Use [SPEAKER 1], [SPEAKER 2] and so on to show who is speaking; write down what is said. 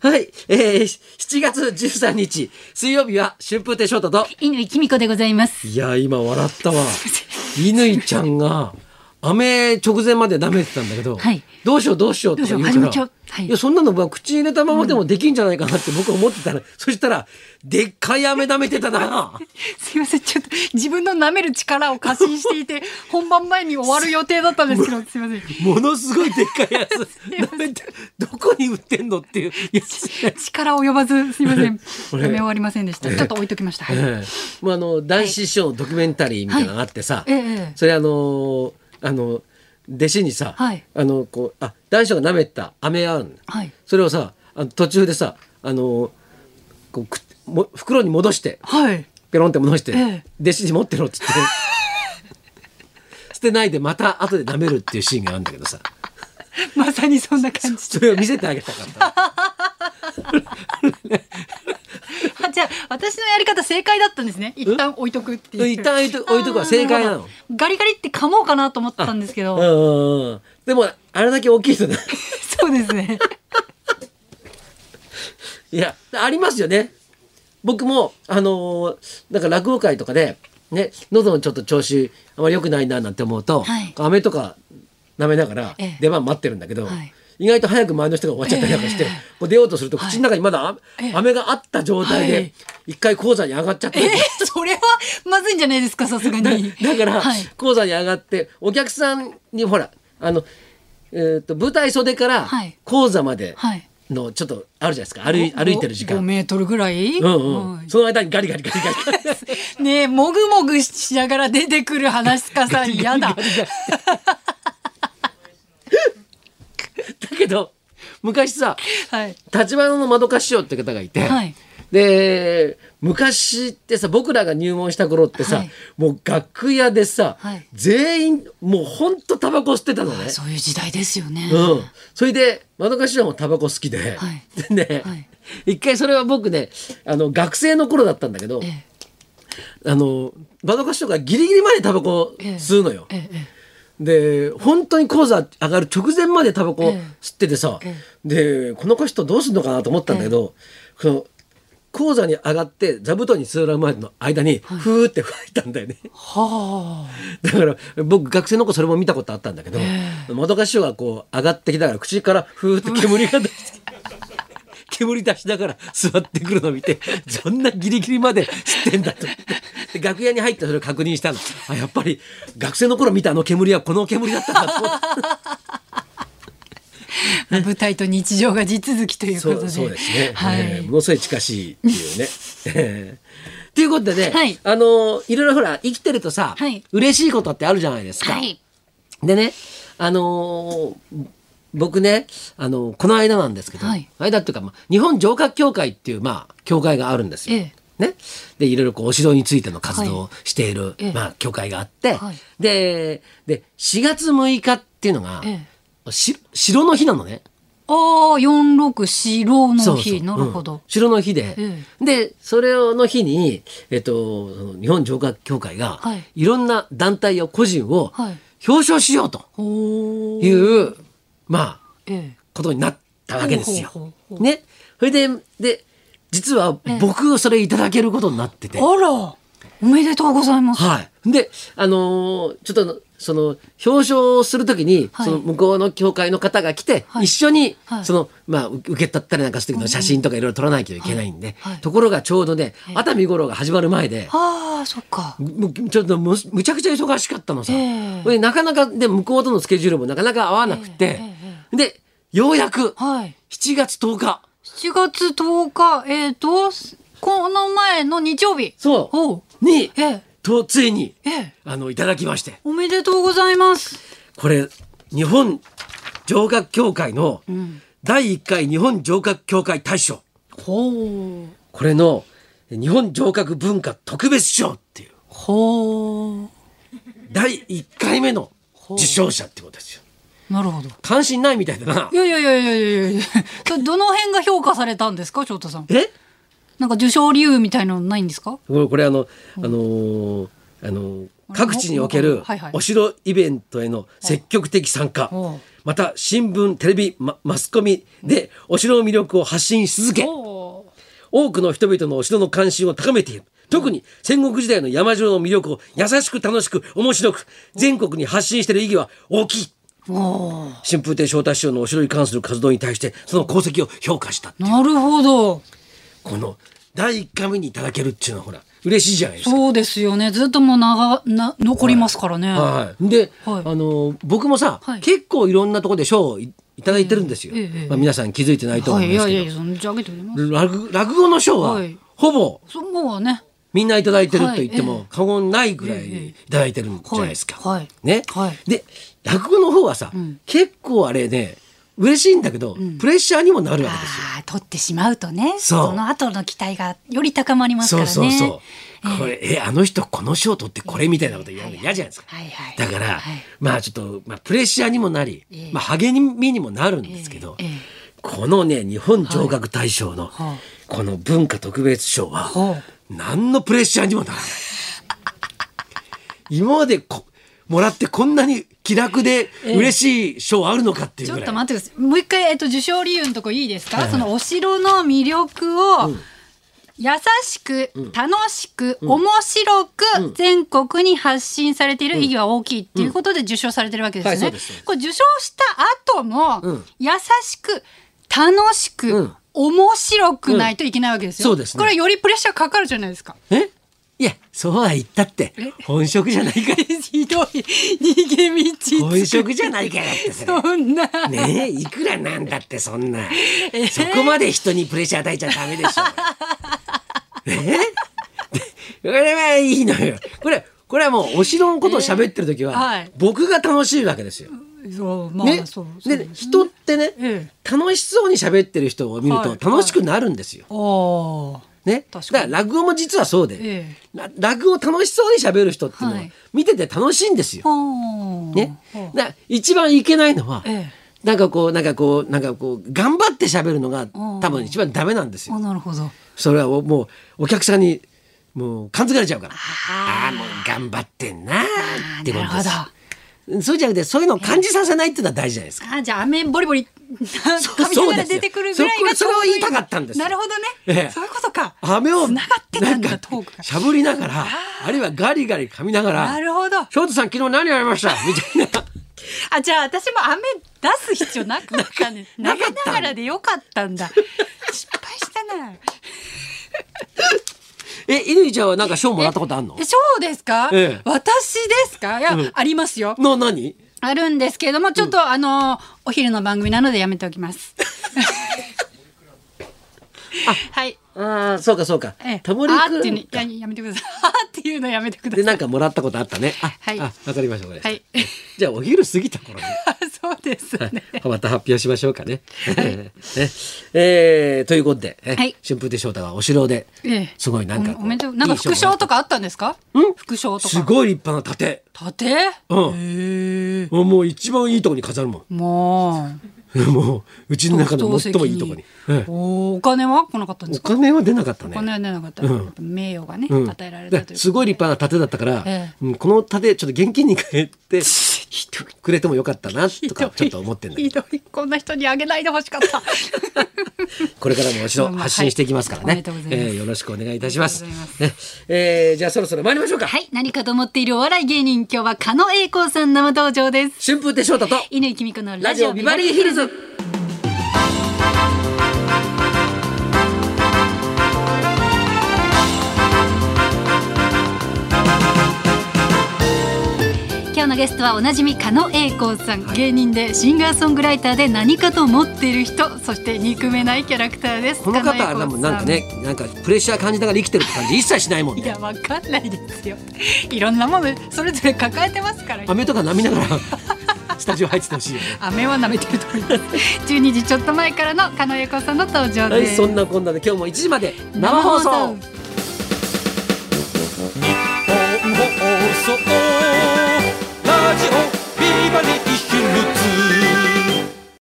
[SPEAKER 1] はい、えー、7月13日、水曜日は春風亭昇太と、
[SPEAKER 2] 乾きみこでございます。
[SPEAKER 1] いや、今笑ったわ。乾ちゃんが、雨直前まで舐めてたんだけど、
[SPEAKER 2] はい
[SPEAKER 1] どうしようどうしようって言うか
[SPEAKER 2] どうしよう
[SPEAKER 1] ら、
[SPEAKER 2] 始めちゃうはい
[SPEAKER 1] いや、そんなのまあ口に入れたままでもできんじゃないかなって僕は思って たら、そしたら、でっかい飴舐めてたな。
[SPEAKER 2] すいません、ちょっと自分の舐める力を過信してい て、本番前に終わる予定だったんですけ ど、すいません。
[SPEAKER 1] ものすごいでっかいやつ、舐めて、どこに売ってんのって いうやつ。
[SPEAKER 2] 力及ばず、すいま せん。
[SPEAKER 1] こ
[SPEAKER 2] 舐
[SPEAKER 1] れ
[SPEAKER 2] め終わりませんでした。ちょっと置いときました。はい
[SPEAKER 1] ええまああの男子師匠のドキュメンタリーみたいなのがあってさ、
[SPEAKER 2] はいええ
[SPEAKER 1] それあのーあの弟子にさ、
[SPEAKER 2] はい
[SPEAKER 1] あのこうあ男子師匠が舐めた飴があるのよ
[SPEAKER 2] はい。
[SPEAKER 1] それをさあの途中でさあのーこうくも袋に戻して
[SPEAKER 2] はい。
[SPEAKER 1] ペロンって戻して、
[SPEAKER 2] ええ
[SPEAKER 1] 弟子に持ってろっつって捨てないでまた後で舐めるっていうシーンがあるんだけどさ
[SPEAKER 2] まさにそんな感じ。
[SPEAKER 1] それを見せてあげたかったの
[SPEAKER 2] あじゃあ、私のやり方正解だったんですね。一旦置いとくっていう。
[SPEAKER 1] 一旦置いと置いとくは正解な
[SPEAKER 2] あ
[SPEAKER 1] の
[SPEAKER 2] ーる。ほどガリガリって噛もうかなと思ったんですけ
[SPEAKER 1] うん
[SPEAKER 2] ど、
[SPEAKER 1] うんうん、でもあれだけ大きい人ね
[SPEAKER 2] そうですね。
[SPEAKER 1] いや、ありますよね。僕も、あのーなんか落語会とかで、ね、喉のちょっと調子、あまり良くないななんて思うと、
[SPEAKER 2] はい
[SPEAKER 1] 飴とか舐めながら
[SPEAKER 2] ええ
[SPEAKER 1] 出番待ってるんだけど、
[SPEAKER 2] はい
[SPEAKER 1] 意外と早く前の人が終わっちゃったりなんかして、
[SPEAKER 2] ええ
[SPEAKER 1] こう出ようとすると口の中にまだ、あ
[SPEAKER 2] ええ
[SPEAKER 1] 飴があった状態
[SPEAKER 2] は
[SPEAKER 1] で
[SPEAKER 2] い、
[SPEAKER 1] 一回講座に上がっちゃって、
[SPEAKER 2] え ー、それはまずいんじゃないですか、さすがに。
[SPEAKER 1] だから、
[SPEAKER 2] はい。
[SPEAKER 1] 講座に上がって、お客さんにほら、あの、えーと舞台袖から
[SPEAKER 2] はい
[SPEAKER 1] 講座まで
[SPEAKER 2] はい。
[SPEAKER 1] のちょっとあるじゃないですか、歩い歩いてる時間
[SPEAKER 2] 5。メートルぐらい、
[SPEAKER 1] うんう
[SPEAKER 2] は
[SPEAKER 1] ん、その間にガリガリガリガリガリ
[SPEAKER 2] いねえもぐもぐしながら出てくる話し家さん嫌だ
[SPEAKER 1] だけど昔さ
[SPEAKER 2] はい
[SPEAKER 1] 立花のまどか師匠って方がいて、
[SPEAKER 2] はい
[SPEAKER 1] で昔ってさ僕らが入門した頃ってさ、
[SPEAKER 2] はい
[SPEAKER 1] もう楽屋でさ、
[SPEAKER 2] はい
[SPEAKER 1] 全員もうほんとタバコ吸ってたのね。
[SPEAKER 2] そういう時代ですよね、
[SPEAKER 1] うん、それでまどか師匠もタバコ好きで、
[SPEAKER 2] はい
[SPEAKER 1] でね、
[SPEAKER 2] はい
[SPEAKER 1] 一回それは僕ねあの学生の頃だったんだけど、
[SPEAKER 2] ええ
[SPEAKER 1] あのまどか師匠がギリギリまでタバコ吸うのよ。
[SPEAKER 2] えええ
[SPEAKER 1] で本当に講座上がる直前までタバコ
[SPEAKER 2] ええ
[SPEAKER 1] 吸っててさ、
[SPEAKER 2] え
[SPEAKER 1] でこの人どうするのかなと思ったんだけど、この講座に上がって座布団に座るまでの間にふーって吹いたんだよね、
[SPEAKER 2] えは
[SPEAKER 1] だから僕学生の子それも見たことあったんだけど、もどか師匠がこう上がってきたから口からふーって煙が出して。 煙出しながら座ってくるのを見てそんなギリギリまで吸ってんだと思ってで楽屋に入ってそれを確認したのあやっぱり学生の頃見たあの煙はこの煙だったんだと思って
[SPEAKER 2] あ舞台と日常が地続きというこ
[SPEAKER 1] そ
[SPEAKER 2] とで
[SPEAKER 1] うそうですね、
[SPEAKER 2] はい、
[SPEAKER 1] えーものすごい近しいっていうね。えーということでね、
[SPEAKER 2] はい
[SPEAKER 1] あのーいろいろほら生きてるとさ、
[SPEAKER 2] はい
[SPEAKER 1] 嬉しいことってあるじゃないですか。
[SPEAKER 2] はい
[SPEAKER 1] でねあのー僕ね、あのーこの間なんですけど、
[SPEAKER 2] はい
[SPEAKER 1] 間っていうか、まあ、日本城郭協会っていう、まあ、協会があるんですよ。
[SPEAKER 2] え
[SPEAKER 1] ね、でいろいろこうお城についての活動をしている、
[SPEAKER 2] ええ
[SPEAKER 1] まあ、協会があって、
[SPEAKER 2] はい
[SPEAKER 1] でで4月6日っていうのが、
[SPEAKER 2] え
[SPEAKER 1] し城の日なのね。
[SPEAKER 2] ああ四六四郎の日なるほ
[SPEAKER 1] うん
[SPEAKER 2] ど、
[SPEAKER 1] 城の日で、
[SPEAKER 2] え
[SPEAKER 1] でそれの日に、えっと、その日本城郭協会が、
[SPEAKER 2] はい
[SPEAKER 1] い、ろんな団体や個人を
[SPEAKER 2] はい
[SPEAKER 1] 表彰しようと
[SPEAKER 2] ほ
[SPEAKER 1] いうう、まあ
[SPEAKER 2] ええ
[SPEAKER 1] ことになったわけですよ
[SPEAKER 2] ほうほうほう。ほう
[SPEAKER 1] ね、それでで実は
[SPEAKER 2] ええ
[SPEAKER 1] 僕それいただけることになってて、
[SPEAKER 2] あらおめでとうございます
[SPEAKER 1] はい、であのーちょっとあのその表彰するときに、
[SPEAKER 2] はい
[SPEAKER 1] その向こうの協会の方が来て、
[SPEAKER 2] はい
[SPEAKER 1] 一緒に、
[SPEAKER 2] はい
[SPEAKER 1] そのまあう受け取ったりなんかする時の写真とかいろいろ撮らなきゃいけないんで、
[SPEAKER 2] はいはい
[SPEAKER 1] ところがちょうどね
[SPEAKER 2] ええ
[SPEAKER 1] 熱海五郎が始まる前で。
[SPEAKER 2] ああそっか
[SPEAKER 1] むちょっとむむちゃくちゃ忙しかったのさ、
[SPEAKER 2] ええ
[SPEAKER 1] でなかなかで向こうとのスケジュールもなかなか合わなくて、
[SPEAKER 2] え
[SPEAKER 1] でようやく
[SPEAKER 2] はい
[SPEAKER 1] 7月10日
[SPEAKER 2] 7月10日えっ、とこの前の日曜日
[SPEAKER 1] そ
[SPEAKER 2] おう
[SPEAKER 1] うに
[SPEAKER 2] ええ
[SPEAKER 1] とついに
[SPEAKER 2] ええ
[SPEAKER 1] あのいただきまして
[SPEAKER 2] おめでとうございます。
[SPEAKER 1] これ日本城郭協会の第1回日本城郭協会大賞
[SPEAKER 2] ほう。
[SPEAKER 1] これの日本城郭文化特別賞っていう
[SPEAKER 2] ほ
[SPEAKER 1] 第1回目の受賞者ってことですよ
[SPEAKER 2] う。なるほど。
[SPEAKER 1] 関心ないみたいだない
[SPEAKER 2] やいやいやいやいや いや。どどの辺が評価されたんですか、翔太さん。
[SPEAKER 1] え
[SPEAKER 2] なんか受賞理由みたいなのないんですか。
[SPEAKER 1] これこれあの、あのーあのー
[SPEAKER 2] あれ
[SPEAKER 1] 各地における
[SPEAKER 2] はいはい
[SPEAKER 1] お城イベントへの積極的参加、
[SPEAKER 2] おう
[SPEAKER 1] また新聞テレビ、まマスコミでお城の魅力を発信し続け
[SPEAKER 2] お
[SPEAKER 1] 多くの人々のお城の関心を高めている特に戦国時代の山城の魅力を優しく楽しく面白く全国に発信している意義は大きい
[SPEAKER 2] ーおー
[SPEAKER 1] 春風亭昇太師匠のお城に関する活動に対してその功績を評価した
[SPEAKER 2] なるほど
[SPEAKER 1] この第1回目にいただけるっていうのはほら嬉しいじゃないですか。
[SPEAKER 2] そうですよねずっともう長な残りますからね、
[SPEAKER 1] はい、で、
[SPEAKER 2] はい
[SPEAKER 1] あの僕もさ、
[SPEAKER 2] はい
[SPEAKER 1] 結構いろんんなところで賞をいいただいてるんですよ、
[SPEAKER 2] ええええ
[SPEAKER 1] まあ、皆さん気づいてないと思
[SPEAKER 2] は
[SPEAKER 1] うん
[SPEAKER 2] い、い
[SPEAKER 1] です
[SPEAKER 2] や
[SPEAKER 1] けど、
[SPEAKER 2] いや、そんじゃあげてくれます。
[SPEAKER 1] 落落語の賞は、
[SPEAKER 2] はい
[SPEAKER 1] ほぼ
[SPEAKER 2] そもうね、
[SPEAKER 1] みんないただいてると
[SPEAKER 2] は
[SPEAKER 1] 言
[SPEAKER 2] い
[SPEAKER 1] って
[SPEAKER 2] え
[SPEAKER 1] も
[SPEAKER 2] え
[SPEAKER 1] 過言ないぐらいいただいてるんじゃないですか。
[SPEAKER 2] はいはい
[SPEAKER 1] ね
[SPEAKER 2] はい
[SPEAKER 1] で落語の方はさ、
[SPEAKER 2] ん
[SPEAKER 1] 結構あれね嬉しいんだけど、プレッシャーにもなるわけですよ。
[SPEAKER 2] ああ、取ってしまうとね、
[SPEAKER 1] そう
[SPEAKER 2] その後の期待がより高まります
[SPEAKER 1] そ
[SPEAKER 2] か
[SPEAKER 1] う
[SPEAKER 2] らね。
[SPEAKER 1] そうそう。これえあの人この賞取ってこれみたいなこと言われるの
[SPEAKER 2] はい
[SPEAKER 1] 嫌じゃないですか。
[SPEAKER 2] はいはい。
[SPEAKER 1] だから、
[SPEAKER 2] はい
[SPEAKER 1] まあちょっと、まあ、プレッシャーにもなり、
[SPEAKER 2] ええ
[SPEAKER 1] まあ、励みにもなるんですけど、
[SPEAKER 2] ええええ
[SPEAKER 1] このね日本聴覚大賞の、
[SPEAKER 2] はいはあ
[SPEAKER 1] この文化特別賞は、
[SPEAKER 2] はあ
[SPEAKER 1] 何のプレッシャーにもならない。今までこもらってこんなに気楽で嬉しい賞あるのかってい
[SPEAKER 2] ち
[SPEAKER 1] う
[SPEAKER 2] ょ
[SPEAKER 1] ぐ
[SPEAKER 2] っ
[SPEAKER 1] らい。
[SPEAKER 2] と待ってください。もう一回、えっと、受賞理由のとこいいですか、
[SPEAKER 1] はいはい
[SPEAKER 2] そのお城の魅力を、優しく、楽しく、面白く、全国に発信されている意義は大きいっていうことで受賞されてるわけですよ
[SPEAKER 1] はい
[SPEAKER 2] ね。
[SPEAKER 1] そうですそうです
[SPEAKER 2] これ受賞した後も、
[SPEAKER 1] うん
[SPEAKER 2] 優しく、楽しく、
[SPEAKER 1] うん
[SPEAKER 2] 面白くないといけないわけですよ。
[SPEAKER 1] うんそうですね
[SPEAKER 2] これはよりプレッシャーかかるじゃな いですか。
[SPEAKER 1] えいやそうは言ったって
[SPEAKER 2] え
[SPEAKER 1] 本職じゃないから
[SPEAKER 2] ひどい逃げ 道
[SPEAKER 1] 本職じゃないからってそれ
[SPEAKER 2] そんな。
[SPEAKER 1] ねえいくらなんだってそんな、そこまで人にプレッシャー与えちゃダメでしょねえこれはいいのよこれこれはもうお城のことを喋ってる時は、
[SPEAKER 2] ええはい
[SPEAKER 1] 僕が楽しいわけですよ。
[SPEAKER 2] そうまあ、
[SPEAKER 1] ね
[SPEAKER 2] そうそう
[SPEAKER 1] で人ってね、
[SPEAKER 2] え
[SPEAKER 1] 楽しそうに喋ってる人を見ると
[SPEAKER 2] はい
[SPEAKER 1] 楽しくなるんですよ。
[SPEAKER 2] ああ。
[SPEAKER 1] ね、だか
[SPEAKER 2] 確からに
[SPEAKER 1] 落語も実はそうで、
[SPEAKER 2] え
[SPEAKER 1] ら落語を楽しそうに喋る人っていうのは
[SPEAKER 2] はい
[SPEAKER 1] 見てて楽しいんですよ。
[SPEAKER 2] はあ
[SPEAKER 1] ね
[SPEAKER 2] は、あ
[SPEAKER 1] だから一番いけないのは、
[SPEAKER 2] え
[SPEAKER 1] なんかこうなんかこうなんかこう頑張って喋るのが多分一番ダメなんです
[SPEAKER 2] あ
[SPEAKER 1] よ。
[SPEAKER 2] なるほど。
[SPEAKER 1] それはもうもうお客さんにもう感づかれちゃうから。あ
[SPEAKER 2] あ
[SPEAKER 1] あもう頑張ってんなーってこと
[SPEAKER 2] あー
[SPEAKER 1] で
[SPEAKER 2] なる
[SPEAKER 1] す。そうじゃなくてそういうのを感じさせないっていうのは大事じゃないですか。
[SPEAKER 2] あじゃあ雨ボリボリ
[SPEAKER 1] そう
[SPEAKER 2] 髪から出てくるぐらいが
[SPEAKER 1] そうこれそれを言いたかったんですよ
[SPEAKER 2] なるほどね。
[SPEAKER 1] ええ
[SPEAKER 2] そういうことか。
[SPEAKER 1] 飴を
[SPEAKER 2] 繋がってたんだ
[SPEAKER 1] なんか
[SPEAKER 2] トークが
[SPEAKER 1] しゃぶりながらあるいはガリガリ噛みなが
[SPEAKER 2] な
[SPEAKER 1] ら
[SPEAKER 2] るほど。
[SPEAKER 1] 「京都さん昨日何やりました?」みたいな。
[SPEAKER 2] あじゃあ私も雨出す必要なかったね。
[SPEAKER 1] な
[SPEAKER 2] な
[SPEAKER 1] か
[SPEAKER 2] か
[SPEAKER 1] った
[SPEAKER 2] ながらでよかったんだ。失敗したな。
[SPEAKER 1] え乾ちゃんはなんか賞もらったことあんの
[SPEAKER 2] えそうですか、
[SPEAKER 1] ええ
[SPEAKER 2] 私ですかいや、
[SPEAKER 1] うん
[SPEAKER 2] ありますよ。
[SPEAKER 1] の何
[SPEAKER 2] あるんですけれども、ちょっと、あの、お昼の番組なのでやめておきます。はい。
[SPEAKER 1] ああそうかそうか
[SPEAKER 2] ええ、
[SPEAKER 1] タモリ
[SPEAKER 2] あーって
[SPEAKER 1] く
[SPEAKER 2] いうんのいややめてください。 あーっていうのやめてく
[SPEAKER 1] で
[SPEAKER 2] ださい。
[SPEAKER 1] なんかもらったことあったね。あ、
[SPEAKER 2] はい
[SPEAKER 1] あわかりましたこれ。
[SPEAKER 2] はい
[SPEAKER 1] じゃあお昼過ぎた頃に。
[SPEAKER 2] あそうですね。
[SPEAKER 1] また発表しましょうかね。 ねえーということで、え
[SPEAKER 2] はい
[SPEAKER 1] 春風亭昇太はお城で
[SPEAKER 2] ええ
[SPEAKER 1] すごいなんかこ
[SPEAKER 2] お
[SPEAKER 1] う
[SPEAKER 2] おめでとう。なんか副
[SPEAKER 1] いい賞もら
[SPEAKER 2] 賞
[SPEAKER 1] っ
[SPEAKER 2] とかあったんですか？
[SPEAKER 1] うん
[SPEAKER 2] 副賞
[SPEAKER 1] た
[SPEAKER 2] と
[SPEAKER 1] す
[SPEAKER 2] か。
[SPEAKER 1] ごい立派な盾。
[SPEAKER 2] 盾？
[SPEAKER 1] うん
[SPEAKER 2] へえ。
[SPEAKER 1] もう一番いいとこに飾るも
[SPEAKER 2] もう。
[SPEAKER 1] ん。 もううちの中の
[SPEAKER 2] 特等席
[SPEAKER 1] 最もいいとこに。ええ
[SPEAKER 2] おーお金は来なかったんで
[SPEAKER 1] お
[SPEAKER 2] すか？
[SPEAKER 1] 金は出なかった
[SPEAKER 2] お
[SPEAKER 1] ね。
[SPEAKER 2] 金は出なかった。
[SPEAKER 1] うん
[SPEAKER 2] やっぱ名誉がね、
[SPEAKER 1] うん
[SPEAKER 2] 与えられたということで。
[SPEAKER 1] すごい立派な盾だったから、
[SPEAKER 2] ええ
[SPEAKER 1] うんこの盾ちょっと現金に変え てくれてもよかったなとかちょっと思ってんだけど
[SPEAKER 2] ひどいこんな人にあげないでほし かった。
[SPEAKER 1] これからもお城
[SPEAKER 2] まあまあ
[SPEAKER 1] 発信していきますから
[SPEAKER 2] はいおめ
[SPEAKER 1] ね
[SPEAKER 2] でとうござい。ます
[SPEAKER 1] えーよろしくお願いいたします
[SPEAKER 2] ありがとうご。
[SPEAKER 1] ねえーじゃあそろそろ参りましょうか。
[SPEAKER 2] はい、何かと思っているお笑い芸人、今日は狩野英孝さん生登場です。
[SPEAKER 1] 春風亭昇太と
[SPEAKER 2] 犬井君子の
[SPEAKER 1] ラジオビバリーヒルズ。
[SPEAKER 2] 今日のゲストはおなじみ狩野英孝さん、芸人でシンガーソングライターで何かと思っている人、そして憎めないキャラクターです。
[SPEAKER 1] この
[SPEAKER 2] 狩野
[SPEAKER 1] 方は
[SPEAKER 2] 英孝さ
[SPEAKER 1] もうなんか。ねなんかプレッシャー感じながら生きてるって感じ一切しないもん
[SPEAKER 2] い
[SPEAKER 1] ね。
[SPEAKER 2] や、わかんないですよ。いろんなもの、それぞれ抱えてますから。
[SPEAKER 1] 雨とか舐めながら スタジオ入っててほしいよ ね。
[SPEAKER 2] 飴は舐めてると思います。12時ちょっと前からの狩野英孝さんの登場
[SPEAKER 1] は
[SPEAKER 2] で
[SPEAKER 1] い
[SPEAKER 2] す。
[SPEAKER 1] そんなこんなで今日も1時まで生放送。
[SPEAKER 3] 日本放送ラジオビバリーヒルズ」